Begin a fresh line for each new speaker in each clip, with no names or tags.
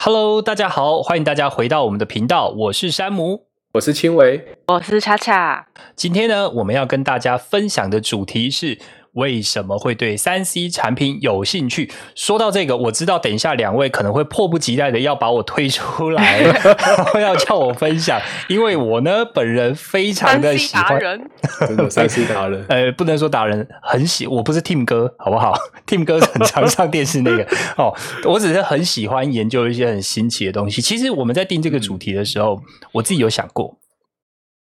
Hello，大家好，欢迎大家回到我们的频道，我是山姆。
我是青维，
我是恰恰，
今天呢，我们要跟大家分享的主题是为什么会对三 C 产品有兴趣。说到这个，我知道等一下两位可能会迫不及待的要把我推出 来，然后要叫我分享，因为我呢本人非常
三
的
C
喜
达
欢。，
人，
真的三 C 达人
呃，不能说达人很喜，我不是 Tim 哥，好不好？Tim 哥是很常上电视那个哦，我只是很喜欢研究一些很新奇的东西。其实我们在定这个主题的时候，我自己有想过，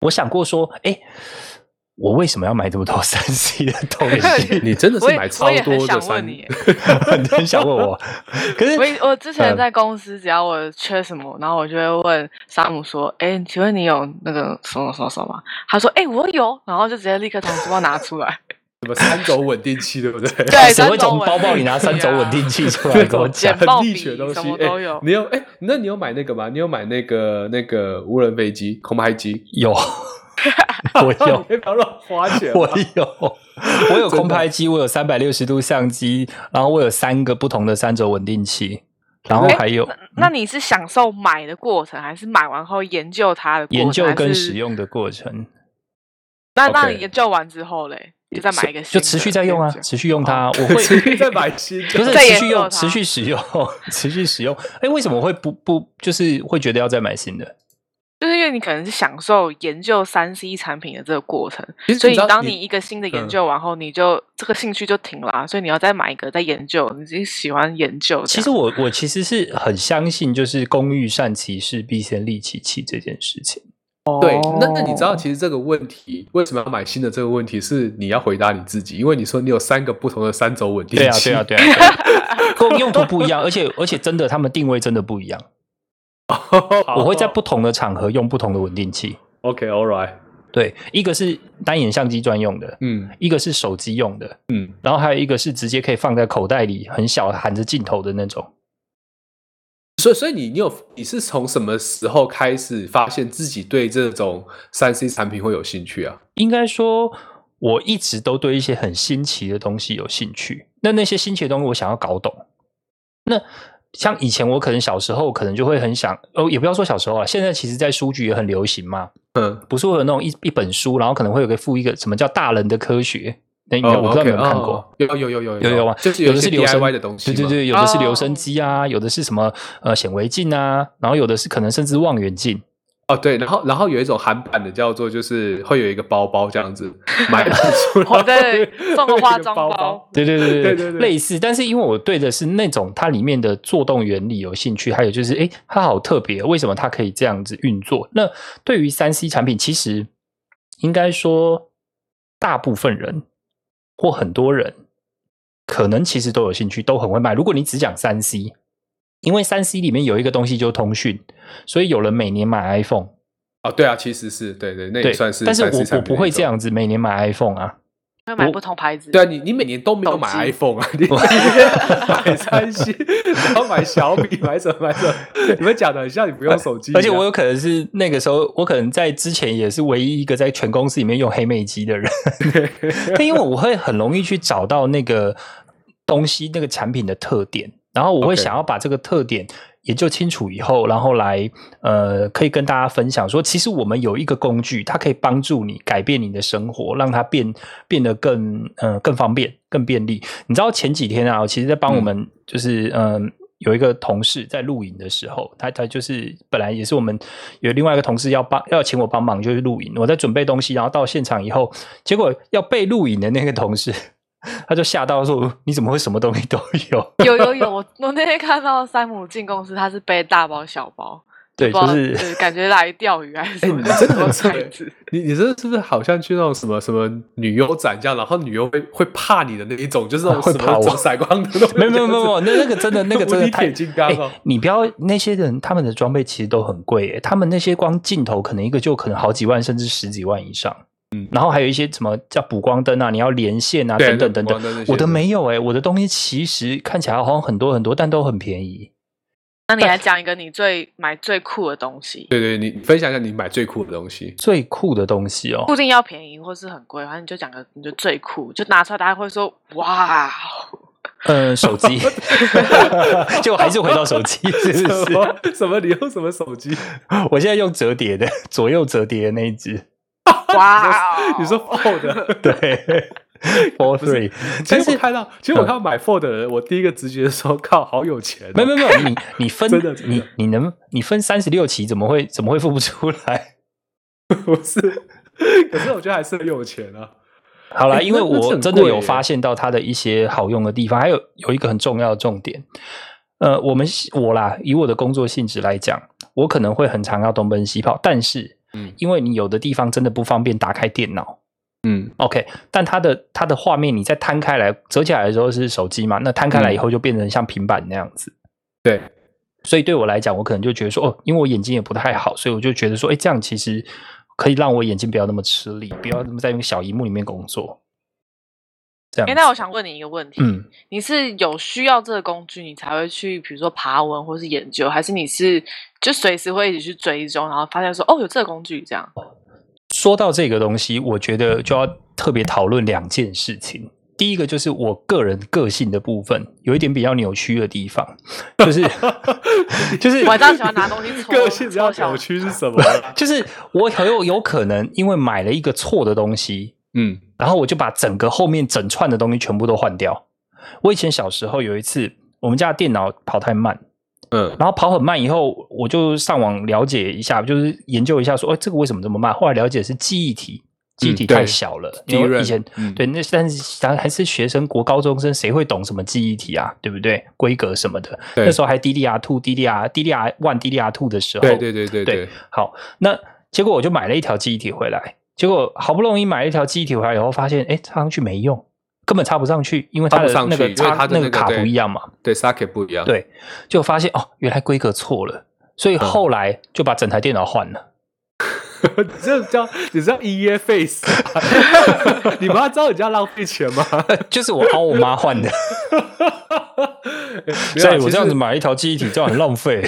我想过说，哎，我为什么要买这么多 三 C 的东西？
你真的
我
是
也
买超
我也很
多的
想
三
问，你，
很想问我，可是
我以我 之
嗯
前在公司，只要我缺什么，然后我就会问山姆说：“哎，请问你有那个什么什么什么吗？”他说：“哎，我有。”然后就直接立刻从书包拿出 来。
什么三轴稳定器， 对不对？
对
谁会
三轴
从包包里拿三轴稳定器出来跟我讲？
简报
很
笔
力学的东西，
什么都有
哎你有哎、那你有买那个吗？你有买那个那个无人飞机、空拍 机？
有，我有。
你不要乱花钱 啊。
我有，我有空拍机，我有三百六十度相机，然后我有三个不同的三轴稳定器，然后还有
哎那你是享受买的过程，还是买完后研究它的过程
研究跟使？
还是
用的过程，
那
OK
那你研究完之后嘞，就再买一个新
就
的，
持续在用啊，
这样子
持续用它，我会
持 续在买新的，
不是
再
持
研
续
究
用，
它
持续使用， 持续使用。哎，为什么会不不就是会觉得要再买新的？
就是因为你可能是享受研究三 C 产品的这个过程，
其实
所以
知道
当你一个新的研
嗯
究完后，你就这个兴趣就停啦，所以你要再买一个再研究，你自己喜欢研究这样。
其实我我其实是很相信，就是工欲善其事，必先利其器这件事情。
对，那那你知道，其实这个问题为什么要买新的这个问题是你要回答你自己，因为你说你有三个不同的三轴稳定
对啊，
器，
对啊，对啊，对啊 跟用途不一样，而且而且真的，他们定位真的不一样。 我会在不同的场合用不同的稳定器。
OK，all right，
对，一个是单眼相机专用的，
嗯
一个是手机用的，
嗯，
然后还有一个是直接可以放在口袋里，很小含着镜头的那种。
所以，所以你你有你是从什么时候开始发现自己对这种三 C 产品会有兴趣啊？
应该说，我一直都对一些很新奇的东西有兴趣。那那些新奇的东西，我想要搞懂。那像以前我可能小时候可能就会很想，哦，也不要说小时候啊，现在其实在书局也很流行嘛。
嗯，
不是会有那种一一本书，然后可能会有个附一个什么叫大人的科学，那应
哦
该、我不知道你有没有看过。
有哦有有有
有有啊，
就是
有
一
的
些
是留声
DIY 的东西嘛，
对对对，有的是留声
哦
机啊，有的是什么呃显微镜啊，然后有的是可能甚至望远镜，
哦对，然后然后有一种韩版的叫做就是会有一个包包这样子，买一本书，然后
我在送个
会
化妆
有一个
包
包，
对对对
对对对
类似。但是因为我对的是那种它里面的做动原理有兴趣，还有就是诶，它好特别，为什么它可以这样子运作？那对于三 C 产品，其实应该说大部分人或很多人可能其实都有兴趣，都很会卖。如果你只讲三 C，因为三 C 里面有一个东西就是通讯，所以有人每年买 iPhone。
哦对啊，其实是对对，那也
对，
算是
但是
三 C
我
产
我
品的
不
一
会这
种。
样子每年买 iPhone 啊，
会买
我
不同牌子。
对啊，你你每年都没有
手
买
机
iPhone 啊，你买三星，然后买小米，买什么买什么，你们讲的很像你不用手机一
哎
啊样，
而且我有可能是那个时候，我可能在之前也是唯一一个在全公司里面用黑妹机 的人，但因为我会很容易去找到那个东西、那个产品的特点，然后我会
OK
想要把这个特点研究清楚以后，然后来呃，可以跟大家分享说，其实我们有一个工具，它可以帮助你改变你的生活，让它变变得更呃更方便、更便利。你知道前几天啊，我其实在帮我们就是嗯。有一个同事在露营的时候，他他就是本来也是我们有另外一个同事要帮要请我帮忙，就是露营。我在准备东西，然后到现场以后，结果要被录影的那个同事， 他就吓到说：“你怎么会什么东西都有
有有有，我我那天看到山姆进公司，他是背大包小包，？”
对，
不知
就
道
是
就是感觉来钓鱼还是什么
哎你真的很
什么
扯
牌
欸
子。
你你这是不是好像去那种什么什么女优展这样，然后女优会会怕你的那一种，就是那种
会
什
怕
么
我
走闪光灯都会
没有没有
这
没
样
有，
子
没有那那个真的那个真
无
的
敌
太
铁金刚哦
哎你不要那些人他们的装备其实都很贵、哎他们那些光镜头可能一个就可能好几万甚至十几万以上。
嗯
然后还有一些什么叫补光灯啊，你要连线啊，
对
等等等
补光灯
等
那。些
我的没有哎、我的东西其实看起来好像很多很多，但都很便宜。
那你来讲一个你最买最酷的东西，
对对，你你分享一下你买最酷的 东西。
最酷的东西哦，
不一定要 便宜或是很贵，反正你就讲个你就最酷，就拿出来大家会说哇哦，
嗯，手机， 就还是回到手 机，是不
什
是？
么什么？你用什么手机？
我现在用折叠的，左右折叠的那一只，
哇哦，
你说 Fold？
对，Four Three，
其
但是
实
嗯
我看到，其实我看到买 Fold 的人，我第一个直觉是说，靠，好有钱哦、
没有没有没有，你你分
真的真的
你你能你分三十六期，怎么会怎么会付不出来？
不是， 可是我觉得还是很有钱啊。
好啦，
哎
因为
那那这
我
很
真的
贵
有
耶
发现到它的一些好用的地方，还有有一个很重要的重点，呃，我们我啦，以我的工作性质来讲，我可能会很常要东奔西跑，但是
嗯
因为你有的地方真的不方便打开电脑，
嗯，
OK，但它的它的画面你再摊开来折起来的时候是手机嘛，那摊开
嗯
来以后就变成像平板那样子。
对，
所以对我来讲，我可能就觉得说，哦，因为我眼睛也不太好，所以我就觉得说，哎，这样其实可以让我眼睛不要那么吃力，不要那么在用小荧幕里面工作。这样
哎、
子，
那我想问你一个问题，
嗯，
你是有需要这个工具，你才会去，比如说爬文或是研究，还是你是就随时会一起去追踪，然后发现说哦有这个工具 这样？
说到这个东西，我觉得就要特别讨论两件事情。第一个就是我个人个性的部分，有一点比较扭曲的地方，就是 就是
晚上喜欢拿东 西搓
个性比较
搓小
扭曲是什么？
就是我很有有可能因为买了一个错的东西，
嗯
然后我就把整个后面整串的东西全部都换掉。我以前小时候有一次，我们家的电脑跑太慢，
嗯
然后跑很慢以后，我就上网了解一下，就是研究一下说，哎，这个为什么这么慢？后来了解是记忆体，记忆体
嗯对
太小了，因
低
为
润
以前
嗯
对那但是当然还是学生，国高中生谁会懂什么记忆体啊？对不对？规格什么的，
对
那时候还 DDR two、DDR、DDR one、DDR two 的时候，
对对对对
对，好，那结果我就买了一条记忆体回来，结果好不容易买了一条记忆体回来以后，发现哎插上去没用，根本插不上去，因为它
插不
的
上
那
去
个
因为
插
它
那
的
个
那个
卡
对
不一样嘛，
对，socket 不一样。
对，就发现哦原来规格错了，所以后来就把整台电脑换了。
你这叫你这叫 E 耶 face，吧你妈知道你这样浪费钱吗？
就是我帮我妈换 的，
啊
所以我这样子买一条记忆体，这样很浪费。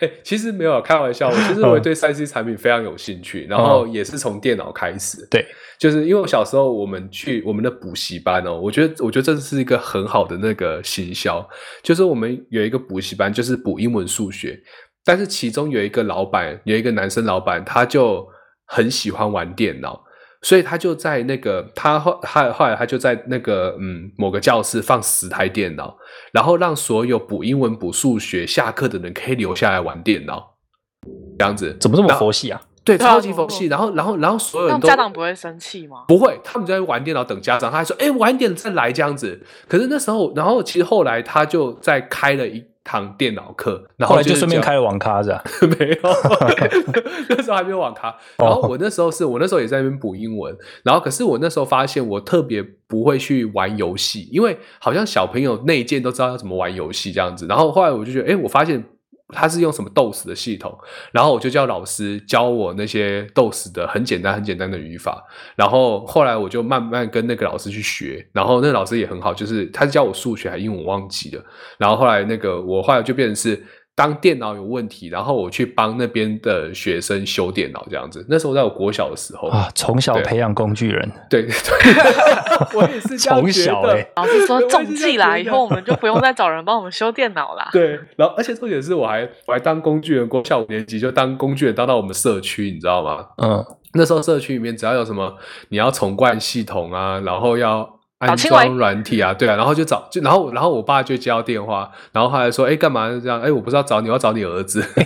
哎、其实没有开玩笑，我其实
嗯
我对三 C 产品非常有兴趣，然后也是从电脑开始。
对，
就是因为我小时候我们去我们的补习班哦，我觉得我觉得这是一个很好的那个行销，就是我们有一个补习班，就是补英文、数学，但是其中有一个老板，有一个男生老板，他就很喜欢玩电脑。所以他就在那个，他后他后来他就在那个嗯某个教室放十台电脑，然后让所有补英文、补数学下课的人可以留下来玩电脑，这样子
怎么这么佛系啊？
对，
对啊
超级佛系。然后，然后，然后所有
那
人都
家长不会生气吗？
不会，他们就在玩电脑等家长，他还说：“哎、晚一点再来这样子。”可是那时候，然后其实后来他就在开了一堂电脑课，然
后来
就
就是顺便
讲
开了网咖是 吧？
没有，那时候还没有网咖。然
哦
后我那时候是我那时候也在那边补英文，然后可是我那时候发现我特别不会去玩游戏，因为好像小朋友内建都知道要怎么玩游戏这样子。然后后来我就觉得，哎，我发现。他是用什么 DOS 的系统，然后我就叫老师教我那些 DOS 的很简单、很简单的语法，然后后来我就慢慢跟那个老师去学，然后那个老师也很好，就是他是教我数学还是英文我忘记了，然后后来那个我后来就变成是，当电脑有问题，然后我去帮那边的学生修电脑这样子。那时候在我国小的时候，
啊，从小
对
培养工具人，
对对对， 我也是这样
从小
觉得
欸
老师说
我也是这样
中计啦，
觉
以
得
后我们就不用再找人帮我们修电 脑啦。
对，然后而且重点是我还我还当工具人，国小五年级就当工具人当到我们社区，你知道吗？
嗯，
那时候社区里面只要有什么你要重灌系统啊，然后要安
搞清完
装软体啊，对啊，然后就找就然后然后我爸就接到电话，然后他还说哎干嘛这样？哎我不是要找你，我要找你儿子。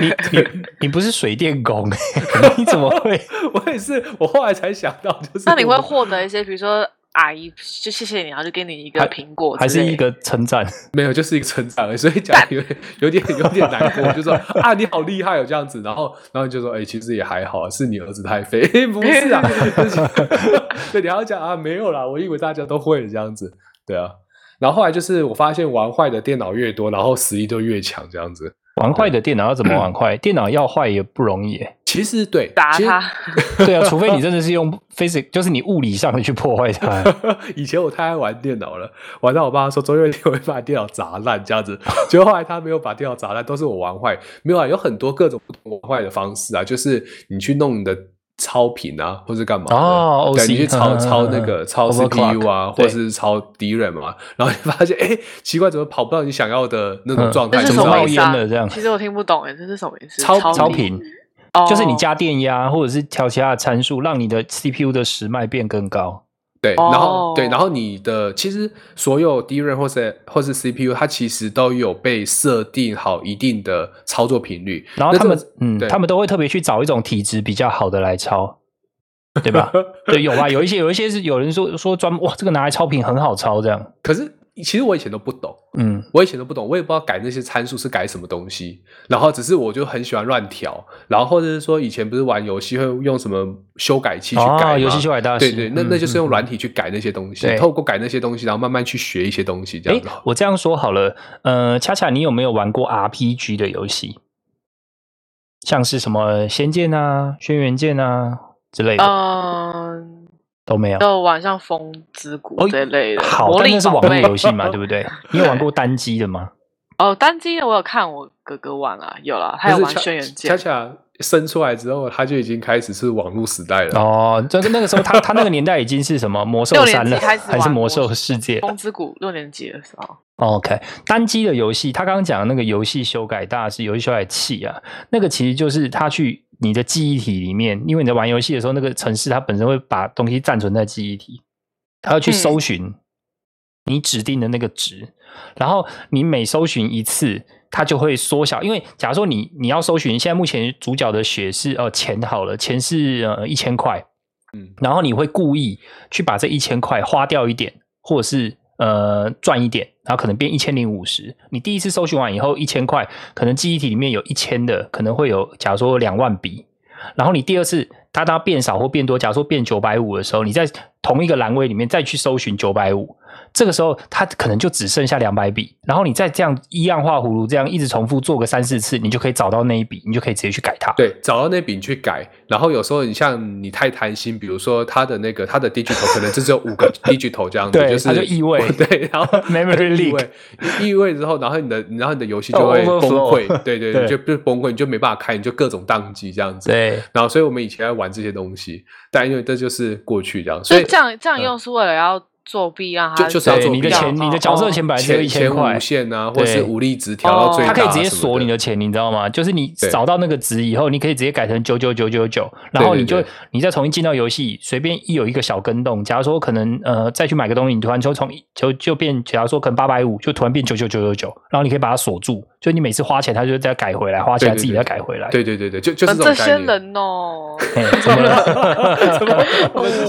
你你你不是水电工， 你怎么会？
我也是，我后来才想到，就是
那你会
我
获得一些，比如说阿姨就谢谢你，然后就给你一个
还
苹果
还
之
是
类
一个称赞？
没有，就是一个成长而已，欸所以讲有点有点有点难过，就说啊你好厉害哦这样子，然后然后你就说哎、其实也还好，是你儿子太废， 不是 啊，就是对，你还要讲啊没有啦，我以为大家都会这样子，对啊，然后后来就是我发现玩坏的电脑越多，然后实力就越强这样子。
玩坏的电脑要怎么玩 坏？电脑要坏也不容易耶。
其实对，
打
其实
他。
对啊， 除非你真的是用 physics，就是你物理上的去破坏它。
以前我太爱玩电脑了，玩到我爸说总有一天我会把电脑砸烂这样子。 结果后来他没有把电脑砸烂，都是我玩坏。没有啊，有很多各种不同玩坏的方式啊，就是你去弄你的超频啊，或是干嘛的
哦
对
OC
你去抄
嗯嗯嗯
抄那个抄
Overclock，
CPU 啊，
对
或是抄 DRAM 嘛，然后你发现哎、 诶奇怪，怎么跑不到你想要的那种
嗯
状态？
那
这是
你知
什
道
怎
么
冒
意
吗
思啊
烟了这样？
其实我听不懂哎，这是什么意思？
超
超
频
频，
哦，
就是你加电压或者是调其他的参数，让你的 CPU 的时脉变更高。
对，然后、
哦
对，然后你的其实所有 DRAM 或是或是 CPU，它其实都有被设定好一定的操作频率。
然后
那
他
这
们
个
嗯，
对
他们都会特别去找一种体质比较好的来抄，对 吧？对，有吧？有一些有一些是有人说说专哇，这个拿来超频很好抄这样。
可是其实我以前都不懂，
嗯，
我以前都不懂，我也不知道改那些参数是改什么东西。然后只是我就很喜欢乱调，然后或者是说以前不是玩游戏会用什么修改器去改吗
哦，游戏修改大师，
对对，那
嗯
那就是用
嗯
软体去改那些东西，
对
透过改那些东西，然后慢慢去学一些东西，这样
诶
子。
我这样说好了，呃，恰恰你有没有玩过 RPG 的游戏？像是什么《仙剑》啊、《轩辕剑》啊之类的、
哦嗯，
都没有。
就晚上风之
哦
谷这类的，
好，
魔
但
力
那是
宝
网
贝
络游戏嘛，对不对？你有玩过单机的 吗？
哦，单机的我有看我哥哥玩啦，有啦，他有
可
玩
是恰
轩辕
恰
剑，
恰生出来之后，他就已经开始是网络时代了。
哦，这个那个时候他他那个年代已经是什么魔兽
六年
三
级
了，
开始
还是
玩
魔
魔
兽
兽
世界
风之谷六年级的时候，
？OK，单机的游戏，他刚刚讲的那个游戏修改大师、游戏修改器啊，那个其实就是他去你的记忆体里面，因为你在玩游戏的时候，那个城市它本身会把东西暂存在记忆体，它要去搜寻你指定的那个值，然后你每搜寻一次，它就会缩小。因为假如说你你要搜寻，现在目前主角的血是呃钱好了，钱是呃一千块，
嗯，
然后你会故意去把这一千块花掉一点，或者是呃赚一点，然后可能变一千零五十。你第一次搜寻完以后，一千块可能记忆体里面有一千的，可能会有假如说两万笔。然后你第二次它当变少或变多，假如说变九百五的时候，你在同一个栏位里面再去搜寻九百五，这个时候它可能就只剩下两百笔。然后你再这样一样画葫芦，这样一直重复做个三四次，你就可以找到那一笔，你就可以直接去改它。
对，找到那饼去改，然后有时候你像你太贪心，比如说他的那个他的 digital 可能就只有五个 digital 这样子，
对
就是
它就异位
对，然 后
Memory
异位异位之后，然后你的然后你的游戏就
哦
会崩
overflow
溃，对对，
对
你就就崩溃，你就没办法开，你就各种宕机这样子。
对
然后，所以我们以前在玩这些东西，但因为这就是过去这样，所
就
以
这样
嗯
这样用是为了要作弊，让他
就就是要
对，
做哦
你的
笔
哦
钱，啊你的角色钱本来只有
前
一千
前
块哦
无，限啊，或
对
是无力值调到最
它
大，
可以直接锁你的。钱，你知道吗？就是你
对
找到那个值以后，你可以直接改成九九九九九，然后
对对
你就
对
你再重新进到游戏，随便一有一个小跟动，假如说可能呃再去买个东西，你突然就从就就变，假如说可能八百五，就突然变九九九九九，然后你可以把它锁住，就你每次花钱，它就再改回来，花钱
对对
自己
对
再改回来。
对对对对，就就是
嗯
这
这
种
些
概念。
人哦，
嘿，怎么了？
怎么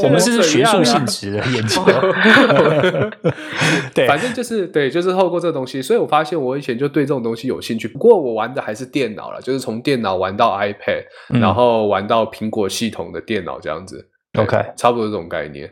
我们是
是
学术
啊
性质的研究。 对，
反正就是对，就是透过这个东西，所以我发现我以前就对这种东西有兴趣。不过我玩的还是电脑了，就是从电脑玩到 iPad，、
嗯
然后玩到苹果系统的电脑这样子。对
OK
差不多这种概念。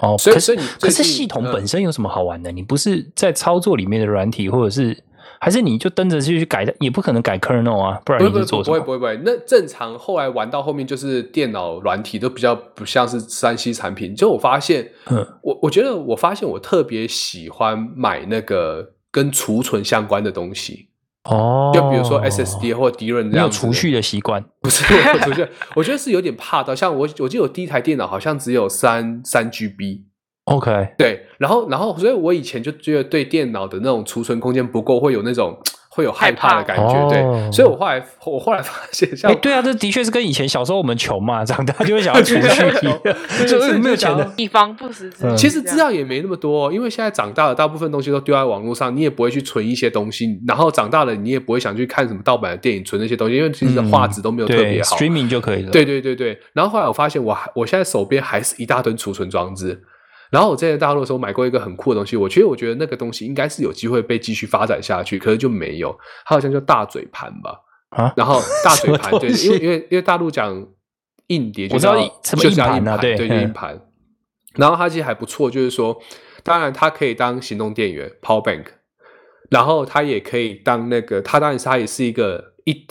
哦，
所以
可
所
是
以你
可
最
是
近
系统
嗯
本身有什么好玩的？你不是在操作里面的软体，或者是还是你就登着去改的，也不可能改 kernel 啊，不然
不
你
不
是
不
做什
不会
么？
不会不会，那正常后来玩到后面就是电脑软体都比较不像是三 C 产品。就我发现，
嗯
我我觉得我发现我特别喜欢买那个跟储存相关的东西，
哦，
就比如说 SSD 或 DRAM 这
你有
样子的
储蓄的习惯
不是我出去，我觉得是有点怕到，像我，我记得我第一台电脑好像只有三三 GB，
，OK，
对，然后然后，所以我以前就觉得对电脑的那种储存空间不够，会有那种会有害怕的感觉，
害怕哦
对，所以我后来我后来发现，像
哎，对啊，这的确是跟以前小时候我们穷嘛，长大就会 想要储
啊
蓄， 就是没有钱的。
以防不时之
嗯
需。
其实资料也没那么多、哦因为现在长大了，大部分东西都丢在网络上，你也不会去存一些东西。然后长大了，你也不会想去看什么盗版的电影，存那些东西，因为其实画质都没有特
嗯对
别好。
，streaming 就可以了。
对对对对。然后后来我发现我还，我现在手边还是一大堆储存装置。然后我之前在大陆的时候买过一个很酷的东西，我其实我觉得那个东西应该是有机会被继续发展下去，可是就没有。它好像叫大嘴盘吧，
啊，
然后大嘴
什
盘
么
对
东，西
因为因为因为大陆讲硬碟就
我知
是
道
要，
什么
就是
硬
要
盘
硬
啊
盘
对
对，就
嗯
硬盘。然后它其实还不错，就是说，当然它可以当行动电源 （power bank），然后它也可以当那个，它当然是它也是一个一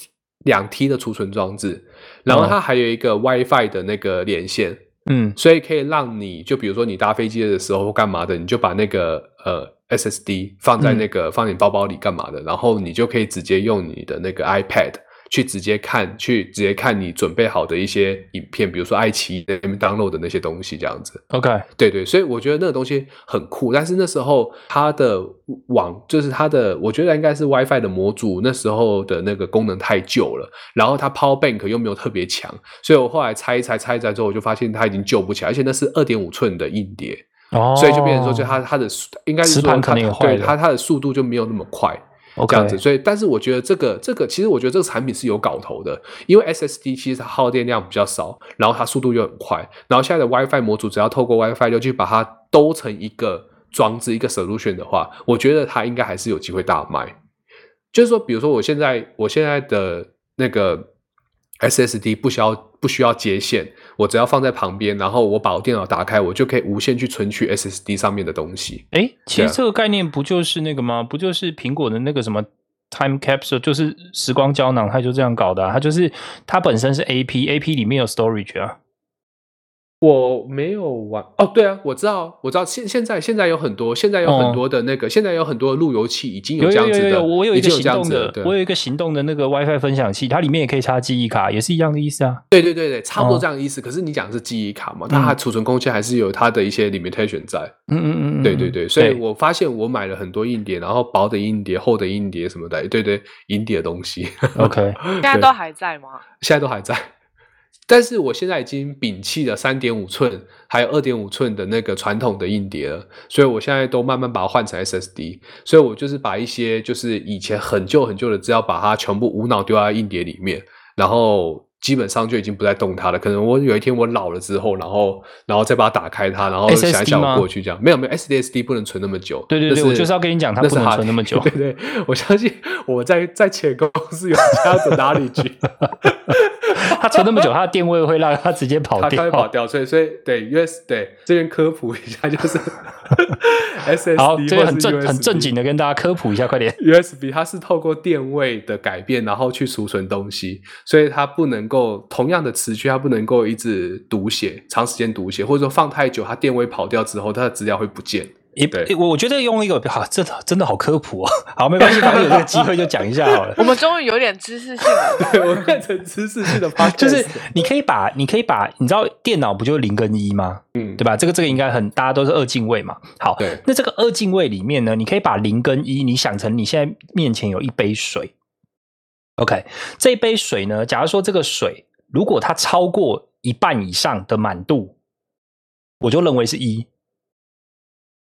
两 T 的储存装置，然后它还有一个 WiFi 的那个连线，
嗯，
所以可以让你就比如说你搭飞机的时候或干嘛的，你就把那个呃 SSD 放在那个、放你包包里干嘛的，然后你就可以直接用你的那个 iPad 去直接看，去直接看你准备好的一些影片，比如说爱奇艺那边 download 的那些东西，这样子。
OK，
对对，所以我觉得那个东西很酷，但是那时候它的网就是它的，我觉得应该是 WiFi 的模组，那时候的那个功能太旧了，然后它 Power Bank 又没有特别强，所以我后来拆一拆拆一拆之后，我就发现它已经旧不起来，而且那是二点五寸的硬碟，
哦，
所以就变成说，就它它的速应该是
磁
说
盘
它
可能也坏
对
了
它它的速度就没有那么快，
哦 OK
这样子，所以但是我觉得这个这个，其实我觉得这个产品是有搞头的，因为 SSD 其实它耗电量比较少，然后它速度又很快，然后现在的 WiFi 模组只要透过 WiFi 就去把它兜成一个装置一个 solution 的话，我觉得它应该还是有机会大卖。就是说，比如说我现在我现在的那个 SSD 不需要不需要接线，我只要放在旁边，然后我把我电脑打开，我就可以无限去存取 SSD 上面的东西。
哎，其
对
实
啊
这个概念不就是那个吗？不就是苹果的那个什么 Time Capsule，就是时光胶囊，它就这样搞的、啊。它就是它本身是 AP，AP 里面有 storage 啊。
我没有玩哦，对啊，我知道，我知道，现现在现在有很多，现在有很多的那个，现在有很多的路由器已经
哦有
这样
有
子
有
的，
有，我有一
已
个
经
行
这样
动
子
的，
对
我有一个行动的那个 WiFi 分享器，它里面也可以插记忆卡，也是一样的意思啊。
对对对对，差不多
哦
这样的意思。可是你讲的是记忆卡嘛，
嗯
它储存空间还是有它的一些 limitation 在。
嗯嗯嗯嗯，
对对对，所以
对
我发现我买了很多硬碟，然后薄的硬碟、厚的硬碟什么的，对对，硬碟的东西
OK
现在都还在吗？
现在都还在。但是我现在已经摒弃了三点五寸还有二点五寸的那个传统的硬碟了，所以我现在都慢慢把它换成 SSD。所以我就是把一些就是以前很旧很旧的资料，把它全部无脑丢在硬碟里面，然后基本上就已经不再动它了。可能我有一天我老了之后，然后然后再把它打开它，然后
SSD
想一想
吗
我过去这样。没有没有，SSD 不能存那么久。
对对
那
对，我就是要跟你讲，它
那
不
是
能
哈。
存那么久
对对，我相信我在在前公司有这样子哪里去。
它存那么久，它的电位会让它直接跑
它它
掉
会。跑掉，所以所以对 US 对这边科普一下，就是 SSD
好，
或
这个
是
很正很
USB
正经的跟大家科普一下，快点。
USB 它是透过电位的改变，然后去储存东西，所以它不能够同样的磁区，它不能够一直读写，长时间读写，或者说放太久，它电位跑掉之后，它的资料会不见。
也
对
也我我觉得用一个好，真的真的好科普哦。好，没关系，反正有这个机会就讲一下好 了。
我们终于有点知识性了。
对我变成知识性的 p o
就是你可以把，你可以把，你知道电脑不就零跟一吗？
嗯
对吧？这个这个应该很，大家都是二进位嘛。好
对，
那这个二进位里面呢，你可以把零跟一，你想成你现在面前有一杯水。OK，这杯水呢，假如说这个水如果它超过一半以上的满度，我就认为是一；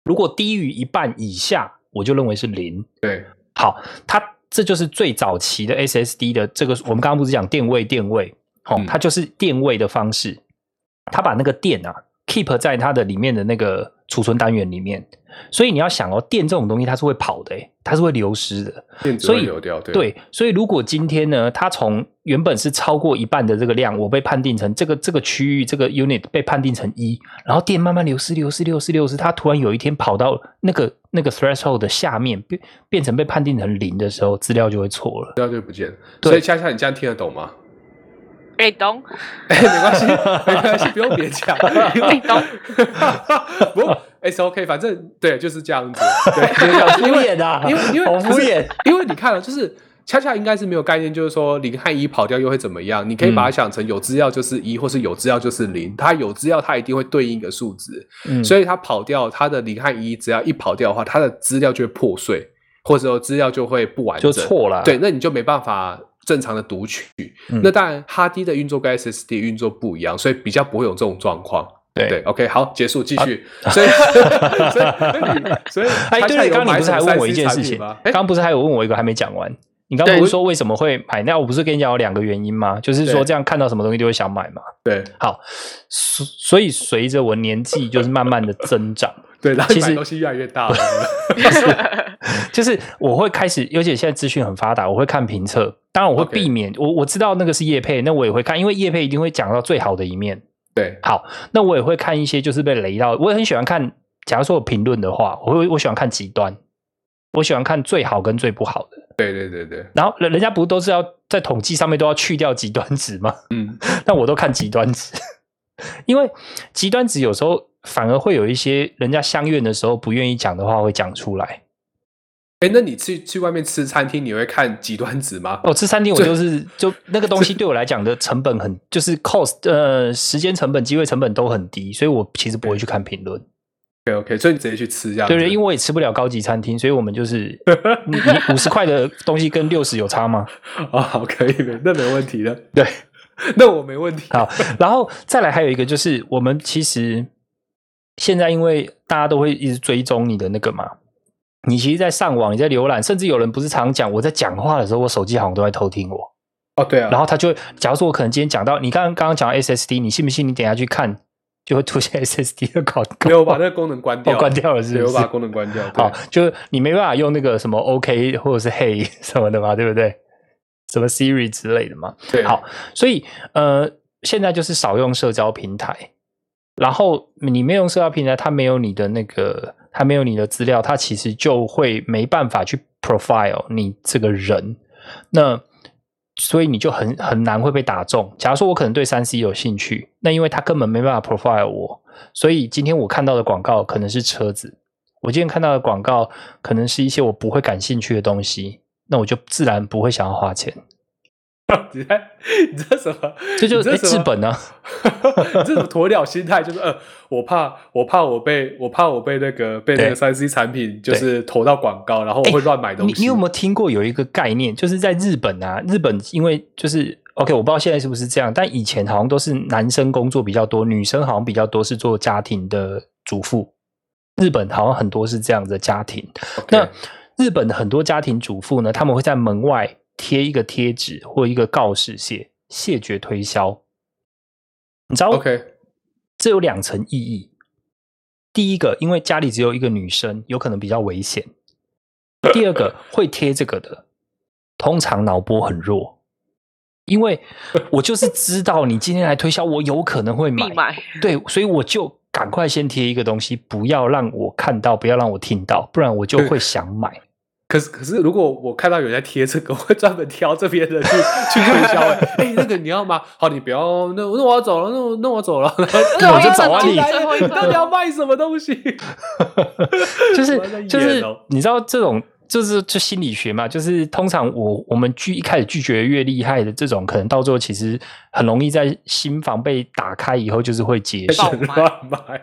如果低于一半以下，我就认为是零。
对
好，它这就是最早期的 SSD 的这个，我们刚刚不是讲电位电位，哦
嗯，
它就是电位的方式，它把那个电啊 keep 在它的里面的那个储存单元里面，所以你要想哦，电这种东西它是会跑的，诶它是会流失的，
电子
所
会
以
流掉，对啊
对，所以如果今天呢，它从原本是超过一半的这个量，我被判定成这个这个区域这个 unit 被判定成一，然后电慢慢流失流失流失流失，它突然有一天跑到那个那个 threshold 的下面，变变成被判定成零的时候，资料就会错了。
资料就不见了。
对
所以恰恰你这样听得懂吗？
哎， 懂？
哎，没关系，没关系，不用勉强。
哎，懂？
不过哎 S OK，反正对，就是这样子，对，就是这样子。因
敷
为
衍啊
因为因 为
好敷
不是
衍，
因为你看了，就是恰恰应该是没有概念，就是说零和一跑掉又会怎么样？你可以把
嗯
它想成有资料就是一，或是有资料就是零。它有资料，它一定会对应一个数值，
嗯
所以它跑掉，它的零和一只要一跑掉的话，它的资料就会破碎，或者说资料就会不完
就
整，
错了。啊
对，，那你就没办法正常的读取。
嗯
那当然，哈迪的运作跟 SSD 运作不一样，所以比较不会有这种状况。
对
o k 好，结束，继续。所以， 所以，所以，
哎，对
了，
了，刚刚你不是还问我一件事情？
吗？
刚刚不是还有问我一个还没讲完？你刚刚
对
不是说为什么会买？那我不是跟你讲有两个原因吗？就是说
对
这样看到什么东西就会想买嘛。
对
好，所所以随着我年纪就是慢慢的增长，
对，然后
其
你买
实
东西越来 越大了。
就是我会开始，而且现在资讯很发达，我会看评测。当然我会
OK
避免我我知道那个是叶配，那我也会看，因为叶配一定会讲到最好的一面。
对，
好，那我也会看一些就是被雷到，我也很喜欢看。假如说有评论的话，我会我喜欢看极端，我喜欢看最好跟最不好的。
对，对，对，对，
然后人人家不都是要在统计上面都要去掉极端值吗？
嗯，
但我都看极端值， 因为极端值有时候反而会有一些人家相怨的时候不愿意讲的话会讲出来。
哎，那你去去外面吃餐厅，你会看极端值吗？
哦我吃餐厅，我就是就那个东西对我来讲的成本很，就是 cost 呃时间成本、机会成本都很低，所以我其实不会去看评论。
OK OK，所以你直接去吃嗯这样子。
对对，因为我也吃不了高级餐厅，所以我们就是 你五十块的东西跟六十有差吗？
啊，好，可以的，那没问题的。
对，
那我没问题。
好，然后再来还有一个就是，我们其实现在因为大家都会一直追踪你的那个嘛，你其实，在上网，你在浏览，甚至有人不是常讲，我在讲话的时候，我手机好像都在偷听我。
哦，对啊。
然后他就，假如说我可能今天讲到你刚刚刚刚讲到 SSD，你信不信？你等一下去看就会出现 SSD 的广告。
没有我把那个功能关掉，
哦关掉了是不是
对我把功能关掉。对
好，就是你没办法用那个什么 OK 或者是 Hey 什么的嘛，对不对？什么 Siri 之类的嘛。
对，啊
好，所以呃，现在就是少用社交平台，然后你没用社交平台，它没有你的那个，它没有你的资料，它其实就会没办法去 profile 你这个人。那所以你就很很难会被打中。假如说我可能对三 C 有兴趣，那因为它根本没办法 profile 我，所以今天我看到的广告可能是车子，我今天看到的广告可能是一些我不会感兴趣的东西，那我就自然不会想要花钱。
你在 你这什么？
这就
你
是
这
诶
什
治
么
本啊，
你这种鸵鸟心态就是，呃，我怕，我怕我被，我怕我被那个被那
对哎
个三 C 产品就是投到广告，然后我会乱买东
你
西。
你有没有听过有一个概念，就是在日本啊，日本因为就是 OK，我不知道现在是不是这样，但以前好像都是男生工作比较多，女生好像比较多是做家庭的主妇。日本好像很多是这样的家庭。
OK，
那日本的很多家庭主妇呢，他们会在门外贴一个贴纸或一个告示写“谢绝推销”。你知道
OK
这有两层意义。第一个，因为家里只有一个女生，有可能比较危险；第二个，会贴这个的，通常脑波很弱，因为我就是知道你今天来推销，我有可能会
必
买，
买。
对，所以我就赶快先贴一个东西，不要让我看到，不要让我听到，不然我就会想买。
可是可是，如果我看到有人在贴这个，我会专门挑这边的去 去推销。哎、哎那个你要吗？好，你不要，那那我要走了，那我那我 走了，
对我就走啊
完
你
最 后一
到底
个，
要卖什么东西？
就
我在
是
演
就是
哦，
你知道这种就是就心理学嘛，就是通常我我们拒一开始拒绝越厉害的这种，可能到最后其实很容易在心房被打开以后，就是会结束，
爆买，
乱买。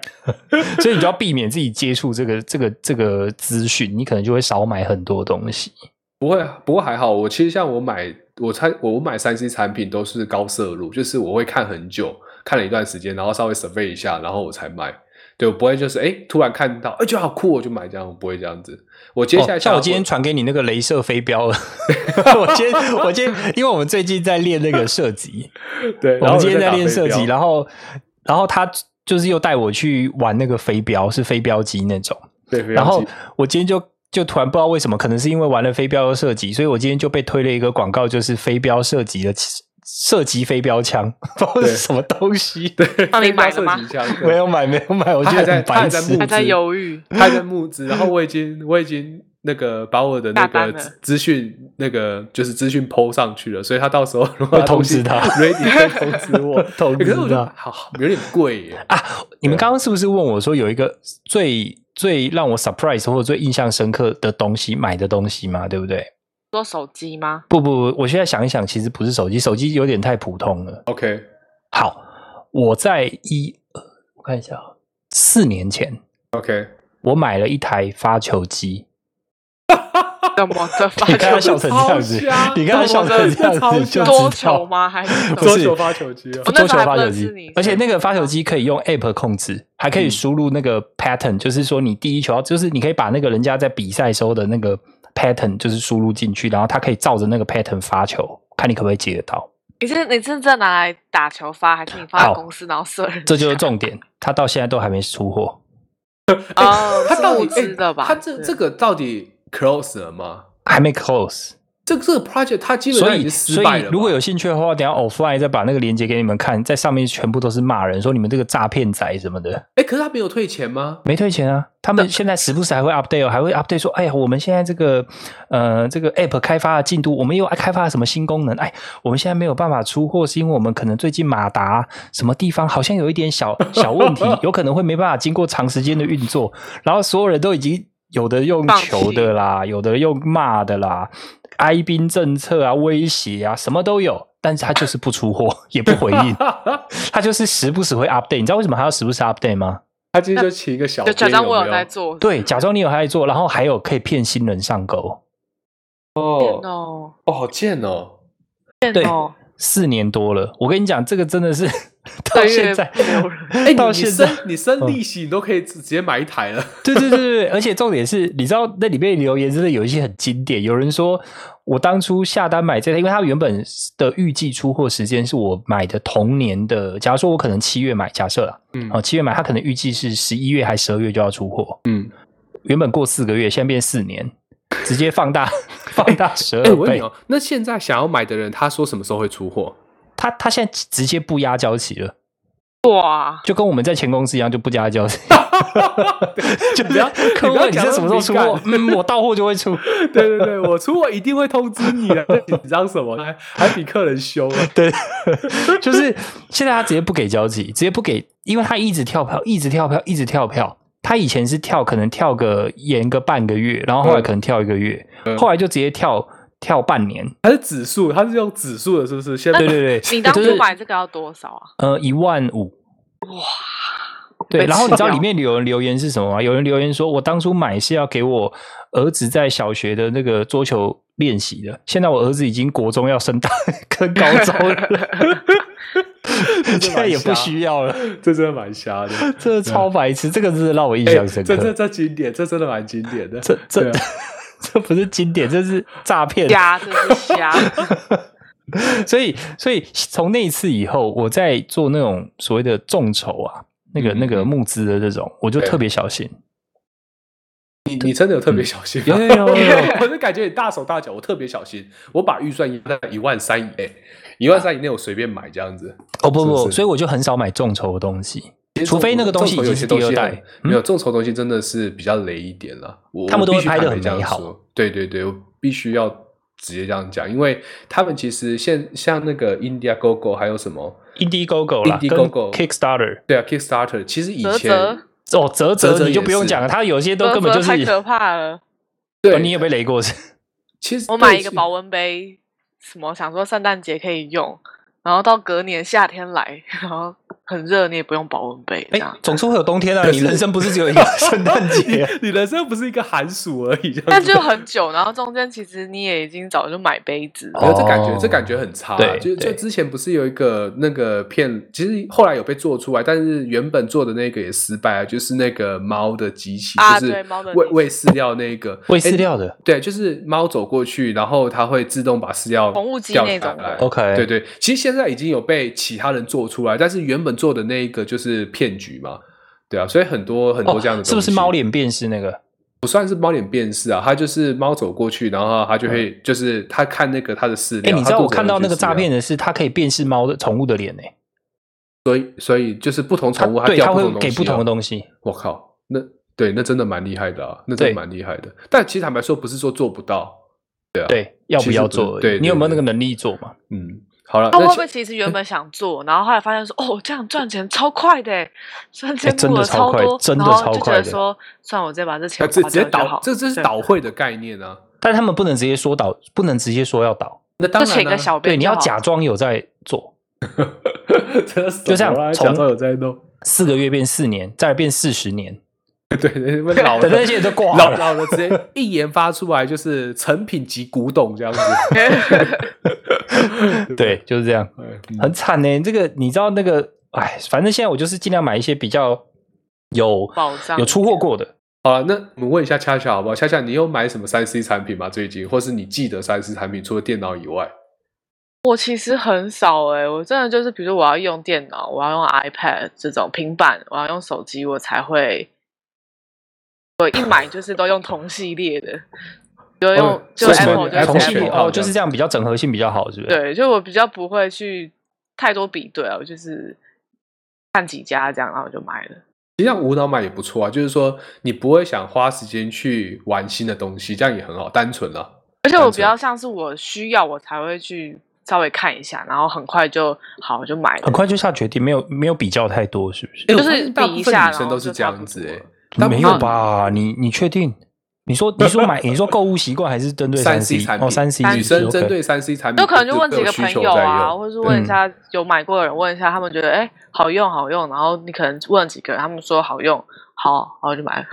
所以你就要避免自己接触这个 这个这个资讯，你可能就会少买很多东西。
不会，啊不过还好。我其实像我买，我猜我我买三 C 产品都是高摄入，就是我会看很久，看了一段时间，然后稍微 survey 一下，然后我才买。对，我不会就是哎，诶突然看到，哎，觉得好酷，我就买这样，我不会这样子。我接下来、
哦像我今天传给你那个镭射飞 镖，我今天我今天因为我们最近在练那个射 击，
对，
我
然后
们今天
打
在练
飞
射击，
镖
然后然后他就是又带我去玩那个飞镖，是飞镖机那种。
对，飞镖
然后
机
我今天就就突然不知道为什么，可能是因为玩了飞镖的射击，所以我今天就被推了一个广告，就是飞镖射击的射击飞镖枪， 不知道
对
是什么东西，
那你
飞镖
买了吗
射击枪对
没有买没有买，我
他
觉
还
得
在
很
他还
白
在
痴
募。
还在
资
犹豫
他在募资，然后我已经我已经那个把我的那
下单
个
了
资资讯那个就是资讯 PO 上去了，所以他到时候如果
会通知
东西
他。
ready 会通知我
通知
欸可是我觉得
他
好好有点贵耶，
啊！你们刚刚是不是问我说有一个最最让我 surprise 或者最印象深刻的东西买的东西嘛？对不对？
说手机吗？
不不不，我现在想一想，其实不是手机，手机有点太普通了。
OK，
好，我在一呃我看一下啊，四年前
OK，
我买了一台发球机。
怎么的发
你看他
球？
笑成这样子
超瞎，
你看他笑成这样
超瞎
子就知道
多球吗？还是
不
桌
是
球发球机啊
我那
桌
时
球
候还
发
不
球
认识
机
你，
而且那个发球机可以用 App 控制，还
嗯
可以输入那个 pattern，就是说你第一球，就是你可以把那个人家在比赛时候的那个 pattern，就是输入进去，然后它可以照着那个 pattern 发球，看你可不可以接得到。
你是你是真拿来打球发，还是你放在
好
公司然后射人家？
哦这就是重点，它到现在都还没出货。
哦，
他到底哎
是物资的吧？
他这
是
这个到底 close 了吗？
还没 close，
这这个 project 它基本
所
上已
以
经失
所
败
以
了吧。
如果有兴趣的话，等一下 offline 再把那个链接给你们看，在上面全部都是骂人，说你们这个诈骗仔什么的。
哎，可是他没有退钱吗？
没退钱啊！他们现在时不时还会 update，、哦、还会 update 说，哎呀，我们现在这个呃这个 app 开发的进度，我们又开发了什么新功能？哎，我们现在没有办法出货，是因为我们可能最近马达什么地方好 像有一点小小问题，有可能会没办法经过长时间的运作。然后所有人都已经有的用
放
球
弃
的啦，有的用骂的啦，哀兵政策啊，威胁啊，什么都有，但是他就是不出货， 也不回 应，他就是时不时会 update。你知道为什么他要时不时 update 吗？
他今天就请一个小
就
编，
假装我
有
在
没
做。
对，假装你有他在做，然后还有可以骗新人上钩，
有
电
哦
哦，
哦，好贱哦！
对
电哦，
四年多了。我跟你讲，这个真的是 到
岁
现
月
在
不 留人。
哎，你
到
你
现在
生你生利息，你都可以直直接买一台了。
对对对对，而且重点是，你知道那里面留言真的有一些很经典。有人说我当初下单买这台，因为它原本的预计出货时间是我买的同年的，假如说我可能七月买，假设啦，
嗯
哦，七月买，它可能预计是十一月还十二月就要出货，
嗯，
原本过四个月，现在变四年，直接放大 放大十
哎，
二
我问
倍。
你哦，那现在想要买的人，他说什么时候会出货？
他他现在直接不压交期了，
哇，
就跟我们在前公司一样，就不加交期。就是
不要
客户
你不要
问你
讲
是
那
什么时
么
候出
敏
货嗯，
感，
我到货就会出。
对对 对，我出货一定会通知 你的，紧张什么？还还比客人凶 啊！
对，就是现在他直接不给交集，直接不给，因为他一直跳票，一直跳票，一直跳票。他以前是跳，可能跳个延个半个月，然后后来可能跳一个月，
嗯
后来就直接跳跳半年。
它是指数，它是用指数的，是不是？现在
对对对，
你当
就是
初买这个要多少啊？
呃一万五。哇！对，
被
然后你知道
吃掉
里面有人留言是什么吗？有人留言说，我当初买是要给我儿子在小学的那个桌球练习的，现在我儿子已经国中要升大跟高中 了， 现在也不需要了。
这真的蛮瞎 的。
这个超白痴，这个真的让我印
啊哎
象深刻。
这这这经典，这真的蛮经典的。
这这
对啊
这不是经典，这是诈骗。
瞎，这是瞎。
所以，所以从那一次以后，我在做那种所谓的众筹啊，那个
嗯
那个募资的这种，我就特别小心。
你你真的有特别小心吗？
有有有有有
我就感觉你大手大脚，我特别小心，我把预算压在一万三以内，一万三以内我随便买这样子。
哦不
是
不，
不是
所以我就很少买众筹的东西，除非那个东西已
众筹
经
有些
是
东
第
西
二
很
代。嗯
没有众筹东西真的是比较雷一点了。我
他们都会
我必须
拍得
坦白
很
这样
美好
说。对对对，我必须要直接这样讲，因为他们其实现像那个 India Go Go 还有什么。
Indiegogo 啦，跟
Indiegogo
Kickstarter，
对啊，Kickstarter 其实以
泽
前
泽
哦，泽
泽
泽
泽
你就
也
不用
是
讲了，它有些都
啧
根本就
啧
是
太可怕了。
哦
对
你有被雷过是？
其实
我买一个保温杯，什么想说圣诞节可以用，然后到隔年夏天来，然后很热，你也不用保温杯这
哎
样。，
总是会有冬天啊，
可
你
是
人生不是只有一 个圣诞节啊？
你，你人生不是一个寒暑而已，这样子
呃
但就很久，然后中间其实你也已经早就买杯子了。
可是这感觉、
哦
这感觉很差、啊
对
就就
对
之前不是有一个那个片，其实后来有被做出来，但是原本做的那个也失败了，就是那个猫的机器，
啊
就是
对猫的
喂
机器
喂饲料那个
喂饲料的
哎对，就是猫走过去，然后它会自动把饲料
宠物机
掉
那
下
种
来
的。
OK
哎对对，其实现在已经有被其他人做出来，但是原本做的那一个就是骗局嘛。对啊，所以很多很多这样的、
哦是不是猫？脸辨识那个？
不算是猫脸辨识啊，它就是猫走过去，然后它就会、就是它看那个它的饲
哎、嗯
料。
你知道
它
我
肚子有
看到那个
去饲料
诈骗的是，它可以辨识猫的宠物的脸呢、
所以所以就是不同宠物
对，
掉
它
不
会
同东西、
给
啊，
不同的东西。
我靠，那对那真的蛮厉害的啊，那真的
对
蛮厉害的。但其实坦白说，不是说做不到，啊
对，要不要做而已？
对对
你有没有那个能力做嘛？
嗯，好
啊
了，
那哦会
那
不
其
会其实原本想做，然后后来发现说，哦，这样赚钱超快的欸，瞬
哎
间
真
过
的
了
超快
多，
真的
然后
超
就觉
快
得
的
说，算了，我直接把这钱
那这
花
直接
掉就
倒
好，。
这这是
对
倒会的概念啊。
但他们不能直接说倒，不能直接说要倒。
那当
就
然、啊，
请 个小编，
对，你要假，装有在做，
就
就这样从
假啊装有在弄，
四个月变四年，再变四十年，
对，那那 老
等那
了。
些人都挂
老
了。
老了直接一研发出来就是成品级古董 这样子，
对，就是这样，
嗯，
很惨呢、这个你知道那个，哎，反正现在我就是尽量买一些比较有
保障
有出货过的。
好了，那我们问一下恰恰好不好？恰恰，你有买什么三 C 产品吗？最近，或是你记得三 C 产品，除了电脑以外，
我其实很少哎、我真的就是，比如说我要用电脑，我要用 iPad 这种平板，我要用手机，我才会，我一买就是都用同系列的，就用、
哦
就
所以
什
说
Apple
么
你
就是
同
同
系
系
列
列
Apple，
哦，就是这样比较整合性比较好，是不是？
对，就我比较不会去太多比对啊，我就是看几家这样，然后我就买了。
其实像无脑买也不错啊。就是说，你不会想花时间去玩新的东西，这样也很好，单纯了。
而且我
单
比
纯
较像是我需要我才会去稍微看一下，然后很快就好我就买了
很。快就下决定，没有没有比较太多，是不是？
哎
就
我发现
是
大
比
部
一
分
下
女生
然
都
后
是
就
这
差
样
不
子、
多
欸，
了
大部
没
分
有？吧？你你确定？你说 你说买你说购物习惯还是针对
三
C
产品
哦三 C
女生针对三 C 产品，
就可能就问几个朋友啊，
就
或者是
嗯
问一下有买过的人，问一下他们觉得哎、诶好用好用，然后你可能问几个人，他们说好用，好，然后就买了。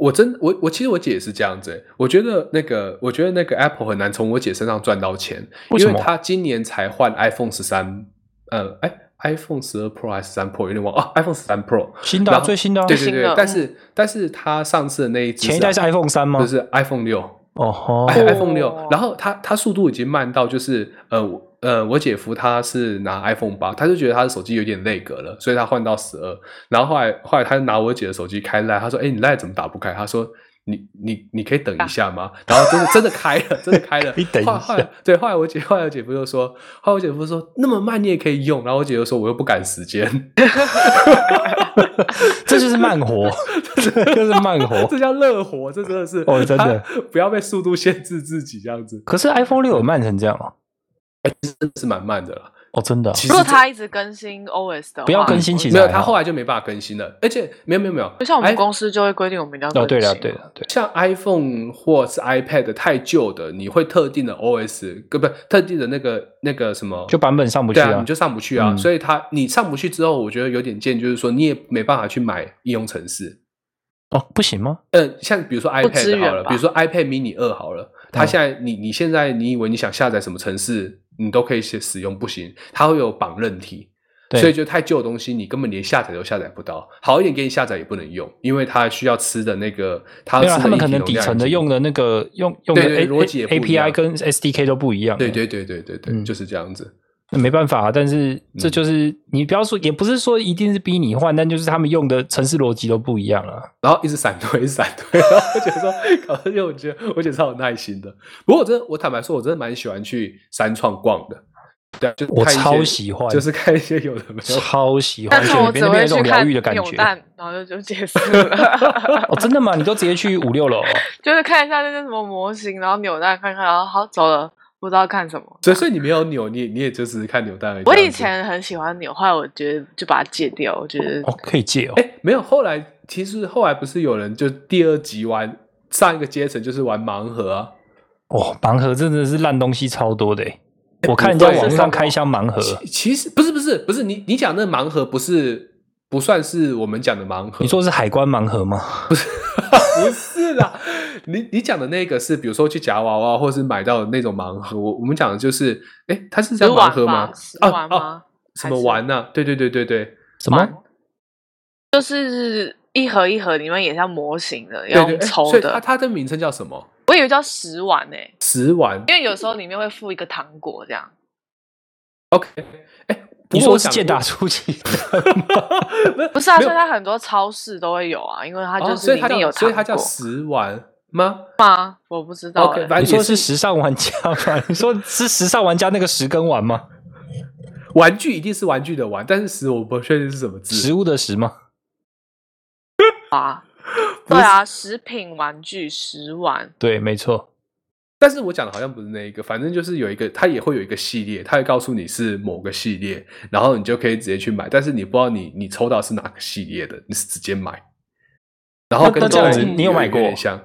我真我我其实我姐也是这样子、欸，我觉得那个我觉得那个 Apple 很难从我姐身上赚到钱，
为
因
什
为
么
她今年才换 iPhone 十三，呃，哎。iPhone 十二 Pro 还是三 Pro 有点忘哦，iPhone 十三 Pro
新的啊
然后
最新的啊
对对
哦最新
对
的，嗯
但是但是它上次的那一只
前一代是 iPhone 三吗
就是 iPhone 六，
哦吼，
i-
哦
iPhone 六，然后它它速度已经慢到就是呃我呃，我姐夫他是拿 iPhone 八，他就觉得他的手机有点内格了，所以他换到十二。然后后来后来他拿我姐的手机开 l 他说：“哎，你 l 怎么打不开？”他说。你你你可以等一下吗？然后真的真的开了，真的开了。
你等一
后来后来对，后来我姐后来我姐夫就说，后来我姐夫说那么慢你也可以用，然后我姐就说我又不赶时间，
这就是慢活，这就是慢活。
这叫乐活，这真的是
哦真的
他不要被速度限制自己这样子，
可是 iPhone 六有慢成这样哦，
真哎的是蛮慢的啦。
哦真的啊，
其实
如果
这
它一直更新 OS 的话，
不要更新其实
没有，
还
他
好
后来就没办法更新了，而且没有没有没有，
就像我们
i-
公司就会规定我们一定要更
哦
新。
对了对了对了，
像 iPhone 或是 iPad 太旧的，你会特定的 OS，呃不特定的那个那个什么，
就版本上不去
对啊，
啊
你，就上不去啊。
嗯
所以它你上不去之后，我觉得有点贱，就是说你也没办法去买应用程式。
哦不行吗？
嗯、像比如说
不支
iPad
援
好了，
吧
比如说 iPad mini 二好了，它
嗯
现在你你现在你以为你想下载什么程式，你都可以使使用，不行，它会有绑认题。
对
所以就太旧的东西，你根本连下载都下载不到。好一点给你下载也不能用，因为它需要吃的那个，它
没
要
有啊，
吃
他
的
们可能
硬体容
底
量已
层的
经
用的那个用用的
对对
A
逻辑也不
A
一
P
样
I 跟 S D K 都不一样，
对对对对对对，
嗯
就是这样子。
那没办法、啊，但是
嗯
这就是、你不要说，也不是说一定是逼你换，但就是他们用的城市逻辑都不一样啊了。
然后一直闪退，一直闪退，然后我姐说，搞而且我觉得我姐超有耐心的。不过我真的，我坦白说，我真的蛮喜欢去三创逛的。对啊，就是
我
看一些
超喜欢
就是看一些有的没有的。
超喜欢，
但是我
而且
只
那边
会
有一
去
种疗
看
愈的感
扭
觉。
蛋，然后就就结束了，
哦，真的吗？你都直接去五六楼哦、
就是看一下那些什么模型，然后扭蛋看看，然后好走了，不知道看什么。
所以，所以你没有扭，你也你也就只是看扭蛋而已。
我
这
以
样子
前很喜欢扭，后来我觉得就把它戒掉，我觉得
哦，可以借哦。
哎，没有，后来其实后来不是有人就第二集玩上一个阶层就是玩盲盒啊，
哦，盲盒真的是烂东西超多的、欸，我看人家网络上开箱盲盒，
其其实不是不是不是你你讲那盲盒不是不算是我们讲的盲盒，
你说是海关盲盒吗？
不是啦？你你讲的那个是比如说去夹娃娃或是买到的那种盲盒，我我们讲的就是哎，它是叫
只
盲
玩
盒吗
吧，？只
啊
玩
啊，
吗？
什么玩呢、对对对对对
什么？
啊
就是一盒一盒，里面也像模型的，
对
要
对，
用
诶
抽
所以它
的。
它的名称叫什么？
我以为叫食玩呢、
食玩
因为有时候里面会附一个糖果这样。
，OK，哎，不
你
过
说
我
是
想
健达出奇？
不是啊，
呃没有
所以它很多超市都会有啊，因为它就
哦，
是
所以
里
它
面有
叫
糖
所以
果。
它叫食玩吗？
吗？我不知道、欸。
OK，反
你
正
说
啊也
是
是
时尚玩家吗？ 你说是时尚玩家那个十根丸吗？
玩具一定是玩具的玩，但是食我不确定是什么字。
食物的食吗？
对啊，食品、玩具、食玩，
对，没错。
但是我讲的好像不是那一个，反正就是有一个，它也会有一个系列，它会告诉你是某个系列，然后你就可以直接去买，但是你不知道你你抽到是哪个系列的，你是直接买。然后跟
那那这样子
中文
你有买过
有点像，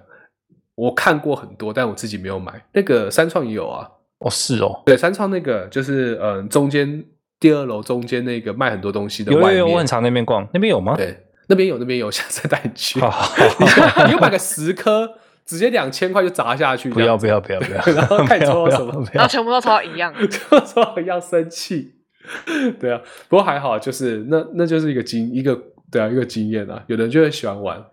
我看过很多，但我自己没有买。那个三创也有啊，
哦，是哦，
对，三创那个就是嗯、呃中间第二楼中间那个卖很多东西的
有有
外面，
有，我很常那边逛，那边有吗？
对，那边有那边有， 下次带你去。
好好 好
你就你就买个十颗，直接两千块就砸下去，
不要不要不要不要，
对 然后看你抽到
不要
什么
不要不
然
要
后全部都超一样。
要， 就说要生气。对啊，不过还好，就是那那就是一个经一个对啊一个经验啊，有的人就会喜欢玩。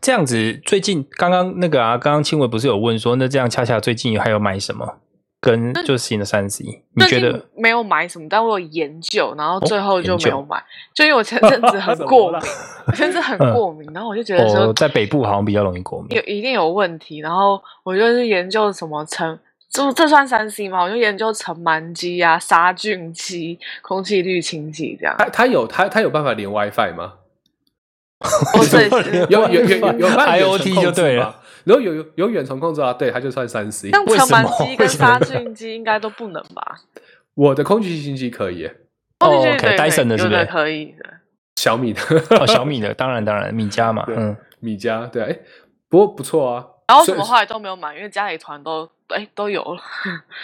这样子，最近刚刚那个啊，刚刚青伟不是有问说，那这样恰恰最近还有买什么？跟就是新的三 C，你
最
觉
近
得？
没有买什么，但我有研究，然后最后就没有买，就因为我前阵 子很
怎么
过
了
敏，我前阵子很过敏，然后我就觉得说
嗯哦，在北部好像比较容易过敏
有。一定有问题，然后我就是研究什么尘，就这算三 C 吗？我就研究尘螨机啊、杀菌机、空气滤清机 这样。
他他有他他有办法连 WiFi 吗？
哦，对，
有有有有有办
IoT 就对了，
然后有有有远程控制啊，对，它就算三 C。
像
为
尘
什么
螨机跟
为什么
杀菌机应该都不能吧？
我的空气清新机可以，
哦
空气滤
，OK，
对
戴森的是
有
不是
的可以的。
小米的。
哦，小米的，当然当然，米家嘛，
对
嗯，
米家，对啊，哎，不过不错啊。
然后
所以
什么后来都没有买，因为家里团都哎都有了，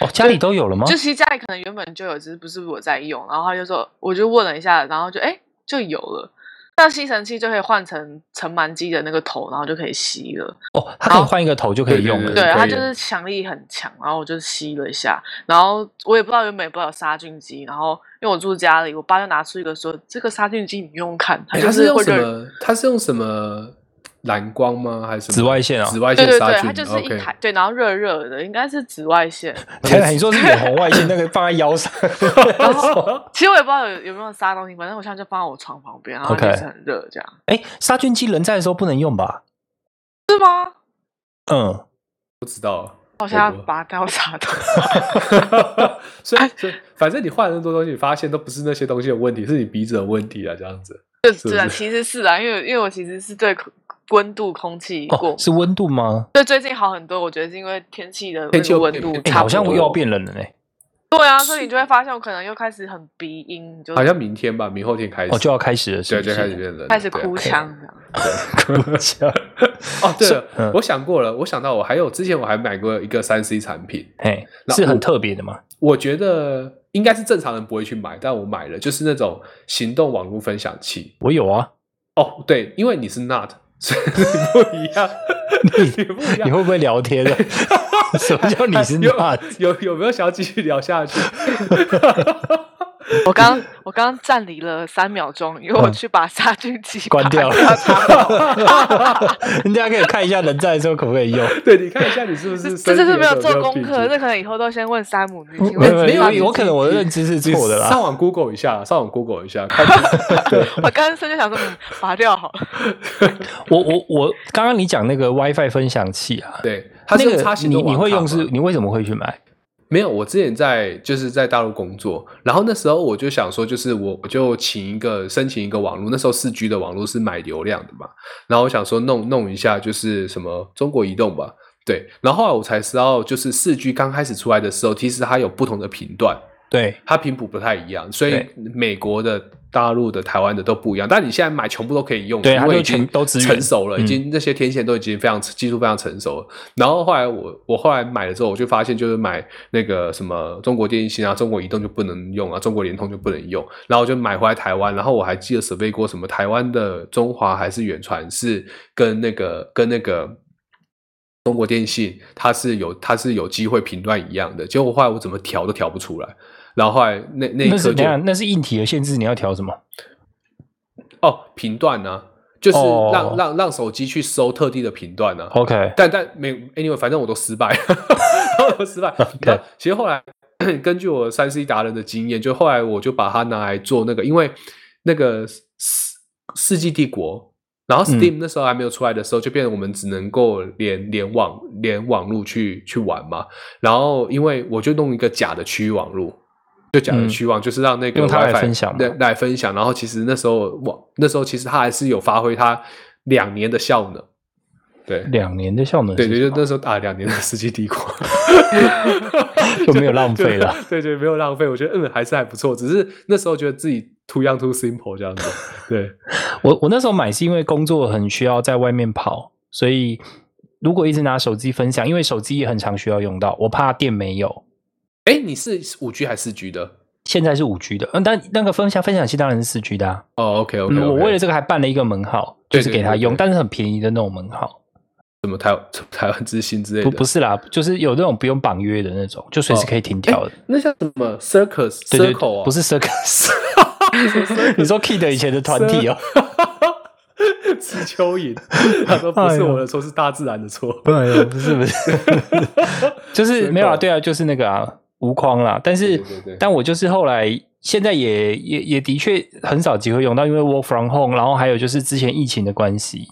哦，家里都有了吗
啊
就？其实家里可能原本就有，只是不是我在用。然后他就说，我就问了一下，然后就哎就有了。那吸尘器就可以换成尘螨机的那个头，然后就可以吸了。
哦，它可以换一个头就可以用了。
对，
可
它
以
就
了
是强力很强，然后我就吸了一下，然后我也不知道原本也不知道有杀菌机，然后因为我住家里，我爸就拿出一个说这个杀菌机你用用看，它
哎
就
它是
会
用什
热，
么？它是用什么蓝光吗？还是什么
紫外线啊
紫外
对
线
对
杀
对，
菌
它就是一
OK
台对，然后热热的，应该是紫外线，
天啊哪，你说是远红外线那个放在腰上，
然后其实我也不知道有有没有杀东西，反正我现在就放在我床旁边，然后
OK
就是很热这样。
哎，杀菌机人在的时候不能用吧？
是吗？
嗯，
不知道。
我现在把它带到 杀东
所以，所以反正你换了那么多东西，你发现都不是那些东西的问题，是你鼻子的问题啊，这样子。
对
是不
对啊，
是
其实是啊，因为因为我其实是对空温度空气
哦，
过敏，
是温度吗？
对最近好很多，我觉得是因为天气的
天
那
气
个
有
温
变
度
变
哎，
差
好
不
像
多
又要变冷了呢。
对啊，所以你就会发现我可能又开始很鼻音，就
好像明天吧，明后天开始
哦，就要开始了，是
对，
不是
嗯就开始变冷了，
开始
对啊
哭腔这样。
哭腔。
哦，对了，
嗯
我想过了，我想到我还有之前我还买过一个三 C 产品，
哎，
那
是很
我
特别的嘛？
我觉得应该是正常人不会去买，但我买了，就是那种行动网络分享器。
我有啊，
哦，对，因为你是 not，所以你不一样，你不一
你
样。
会不会聊天 的？什么叫你是
有
那？
有有没有想要继续聊下去？
我刚我刚站离了三秒钟，因为我
嗯
去把杀菌机
关掉
拔
了
掉它
人家可以看一下人在的时候可不可以用？
对，你看一下你是不是
这
身
这
体
是没
有
有做
没
功
病毒
课，这可能以后都先问山姆女。
没
我
有
没有啊
有，我可能我的认知是
你
错的
上
啦。
网 Google 一下，上网 Google 一下，看对
我刚刚瞬间想说，嗯拔掉 好了。
我我我，刚刚你讲那个 WiFi 分享器啊，
对，它是
那
用
个
插行
你
动
你
网
会
卡
用
吗
是？你为什么会去买？
没有，我之前在就是在大陆工作，然后那时候我就想说，就是我我就请一个申请一个网络，那时候四 G 的网络是买流量的嘛，然后我想说弄弄一下就是什么中国移动吧，对，然后后来我才知道，就是四 G 刚开始出来的时候，其实它有不同的频段，
对，
它频谱不太一样，所以
对
美国的、大陆的、台湾的都不一样。但你现在买全部都可以用，
对
因
它
为
就
已经
全都支援
成熟了，
嗯
已经那些天线都已经非常技术非常成熟了。然后后来我我后来买了之后，我就发现就是买那个什么中国电信啊、中国移动就不能用啊、中国联通就不能用，然后我就买回来台湾。然后我还记得 survey 过什么台湾的中华还是远传是跟那个跟那个。中国电信它是有它是有机会频段一样的，结果后来我怎么调都调不出来，然后后来那那一
那
刻
是
就
等一下那是硬体的限制，你要调什么？
哦频段呢、就是
哦
让、让让手机去搜特定的频段啊呢、
OK，
但但没 anyway，反正我都失败，我 都失败。那其实后来根据我三 C 达人的经验，就后来我就把它拿来做那个，因为那个世世纪帝国。然后
嗯
Steam 那时候还没有出来的时候，就变成我们只能够连连网连网路去去玩嘛。然后因为我就弄一个假的区域网路，就假的
嗯
区域网，就是让那个
用它来
WiFi
分享嘛
对来分享。然后其实那时候网那时候其实它还是有发挥它两年的效能，对，
两年的效能是
对
什么，
对，就那时候打两年的《世纪帝国》，
就没有浪费了。
对对，没有浪费，我觉得嗯还是还不错，只是那时候觉得自己 too young too simple 这样子。 对，
我我那时候买是因为工作很需要在外面跑，所以如果一直拿手机分享，因为手机也很常需要用到，我怕电没有。
哎，你是五 G 还是四 G 的？
现在是五 G 的，嗯，但那个分享分享器当然是四 G 的、啊。
哦，OK
嗯
OK，
我为了
什
这个还办了一个门号，
对
就是给他
对对
用，
对
但是很便宜的那种门号。
么台台湾之星之类的？哦
不不是啦，就是有那种不用绑约的那种，就随时可以停掉的。
那像什么 Circus
对对
Circle 啊？
不是 circus。你说 Kid 以前的团体哦，
吃蚯蚓，他说不
哎
是
呦
我的错，是大自然的错。
对，不是不是， 就是没有啊，
Circle
对啊，就是那个啊，无框啦。但是
对对对
但我就是后来现在也也也的确很少机会用到，因为 work from home，然后还有就是之前疫情的关系，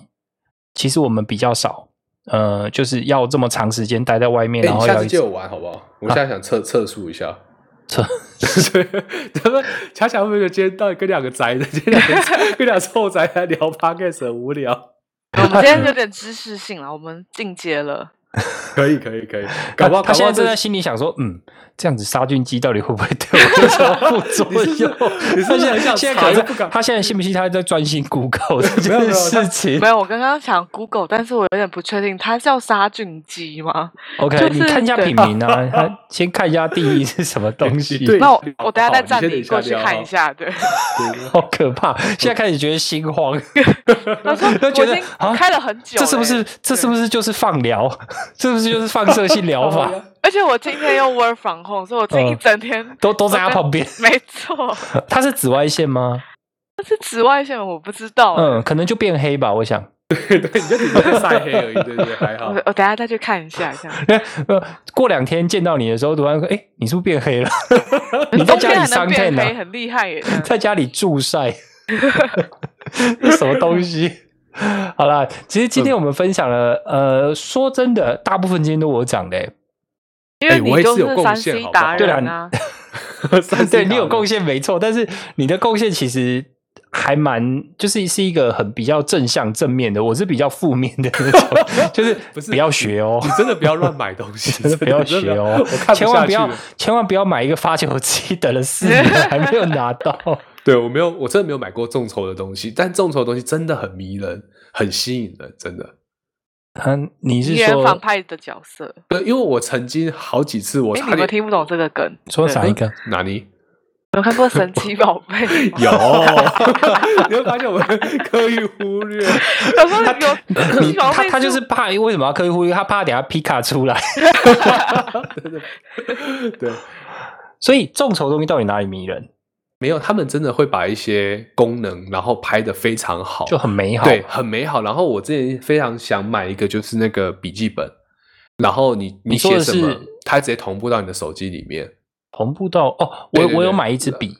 其实我们比较少，呃，就是要这么长时间待在外面，
哎，
然
你
后
下
要
次
一
借
直
我玩好不好？我现在想测测速一下。
测
对，咱们恰恰会不会觉得今天到底跟两个宅的，今天两个 宅跟两个臭宅来聊 podcast 很无聊？
我们今天有点知识性了，我们进阶了。
可以可以可以，搞不好
他现在
正
正在心里想说，嗯，这样子杀菌机到底会不会对我有什么副作
你是
用
不 是？你是不
他
是 很想
现在
查
可
又
能
不敢
他现在信不信他在专心 Google 这
没有没有
件
他
事 情
没有，我刚刚想 Google，但是我有点不确定，它叫杀菌机吗？
？OK，、
就
你
是
看一下
对
品名啊，他先看一下定义是什么东西。
对
那我
好
我等下再
你先
站
等一
你
下
过去
聊
看
好
一下， 对。
好可怕！现在开始觉得心慌，
他说
就
我
觉
已
得啊
经开了很久、
这是不是？这是不是就是放疗？ 这是不是就是放射性 疗法？
而且我今天又 work from home，所以我这一
嗯
整天
都都在他旁边。
没错，
他是紫外线吗？
但是紫外线我不知道。
嗯，可能就变黑吧，我想。
对，你就顶多在晒黑而已，对对对，还
我
好。
我等下再去看一下，这样
呃，过两天见到你的时候，突然说：“哎，你是不是变黑了？ 你在
冬
家
天
里
还能
伤
变
天
黑，
啊？
很厉害耶！这 样
在家里助晒， 这什么东西？” 好啦，其实今天我们分享了，呃，说真的，大部分今天都我讲的、欸，
因为
哎我也
你就是
有贡
三
献
C
好不好
达
对啦
人啊，
三
对
十
你有
秒
贡献没错，但是你的贡献其实还蛮，就是是一个很比较正向正面的，我是比较负面 的那种，就是
不是
不要学哦
你。真的不要乱买东 西，
真的不要学哦
真的我看，
千万不要
下去了，
千万不要买一个发球机，等了四 年还没有拿到。
对我没有，我真的没有买过众筹的东西，但众筹的东西真的很迷人，很吸引人，真的。
嗯，你是
敌人
说
反派的角色。
对，因为我曾经好几次我
哎，
差
你们
点
听不懂这个梗？
说
嗯
对
哪一 个？
哪 里
有看过《神奇宝贝》 吗？
有， 你会发现我们刻意忽略。
我说有 神
你
奇宝
他
贝
他就是怕，为什么要刻意忽略？他怕等下皮卡出来，
对，
所以众筹东西到底哪里迷人，
没有，他们真的会把一些功能然后拍的非常好，
就很美好。
对，很美好。然后我之前非常想买一个，就是那个笔记本，然后你
你说
写
的
什么
是，
它直接同步到你的手机里面。
同步到哦，
对
我
对
我有
对
买一支 笔，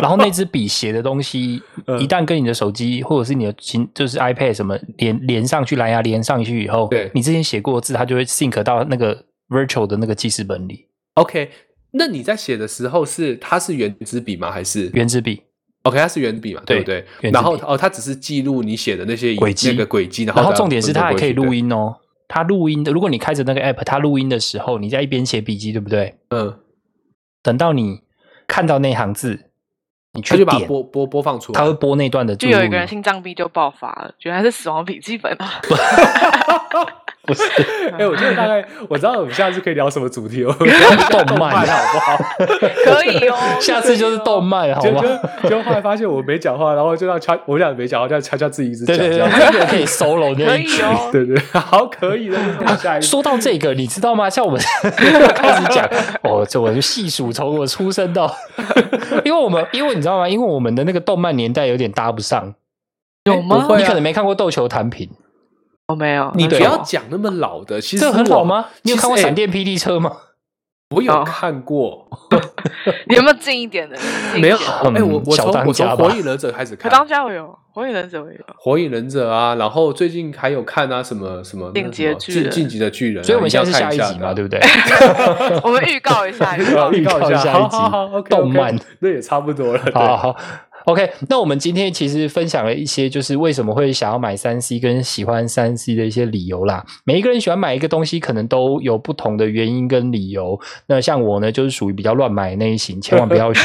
然后那支笔写的东西
嗯
一旦跟你的手机或者是你的琴就是 iPad 什么连连上去，蓝牙连上去以后
对，
你之前写过的字，它就会 sync 到那个 virtual 的那个记事本里。
OK，那你在写的时候是它是圆珠笔吗？还是
原子笔，
OK，它是圆笔嘛，对不
对
对？
圆
然
珠
后
笔
哦，它只是记录你写的那些
轨迹
那个轨迹，然后
然后
再
重点是
分
它还
过
可以
去
录，音哦。它录音的，如果你开着那个 app，它录音的时候，你在一边写笔记，对不对？
对嗯，
等到你看到那行字，你
它
去
就把它
点，
播播播放出来，
它会播那段的注
就
入
有一
音
个 人心脏病就爆发了，原来是《死亡笔记本》啊！
不是
哎、我觉得大概 我知道我们下次可以聊什么主题，我哦们聊
动漫
好不好？
可以哦，
下次就是动漫，好
就
吗？
就就后来发现我没讲话，然后就让恰我们俩没讲话，让恰恰自己一直讲，
对对
这
对，
样
他一个人可以 solo 那
可
一
以
句。
哦。
对对，好可以的，那就是我们下一个
说到这个，你知道吗？像我 们开始讲，哦，这我就细数从我出生到，因为我们， 因为你知道吗？因为我们的那个动漫年代有点搭不上，
有吗？
你可能没看过《斗球弹平》，
我没有，
你
那
哎不
对
是
要
我
讲那么老的，其实
这很
我
老吗？你有看过《闪？
其实
电霹雳车》吗？
哎我有
哦
看过，
你有没有近一点的？近一
没有？
点
哎，我我
小
从我
当
从
家吧
火影忍者开始
可
看，
当家我有，火影忍者我也有。
火影忍者啊，然后最近还有看啊什么什么那
进击
什么
的巨人
进进击的巨人啊，
所以我们现在是下一
一啊定要
集嘛，
看
对不
一
对？
我们预告一下，预
下
告
的？
预告
呃一
下一
好
集
好好，OK，
动漫
那也差不多了，对
好好好，OK。那我们今天其实分享了一些，就是为什么会想要买三 C 跟喜欢三 C 的一些理由啦。每一个人喜欢买一个东西，可能都有不同的原因跟理由。那像我呢，就是属于比较乱买的那一型，千万不要学。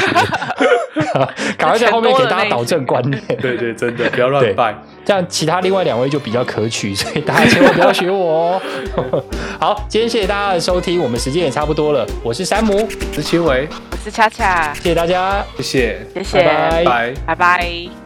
赶快在后面给大家导正观念，
对对，真的不要
对
乱拜。
这样其他另外两位就比较可取，所以大家千万不要学我哦。好，今天谢谢大家的收听，我们时间也差不多了。我是山姆，
我是青伟，
我是恰恰，
谢谢大家，
谢谢，
谢谢，
拜拜
拜。
拜拜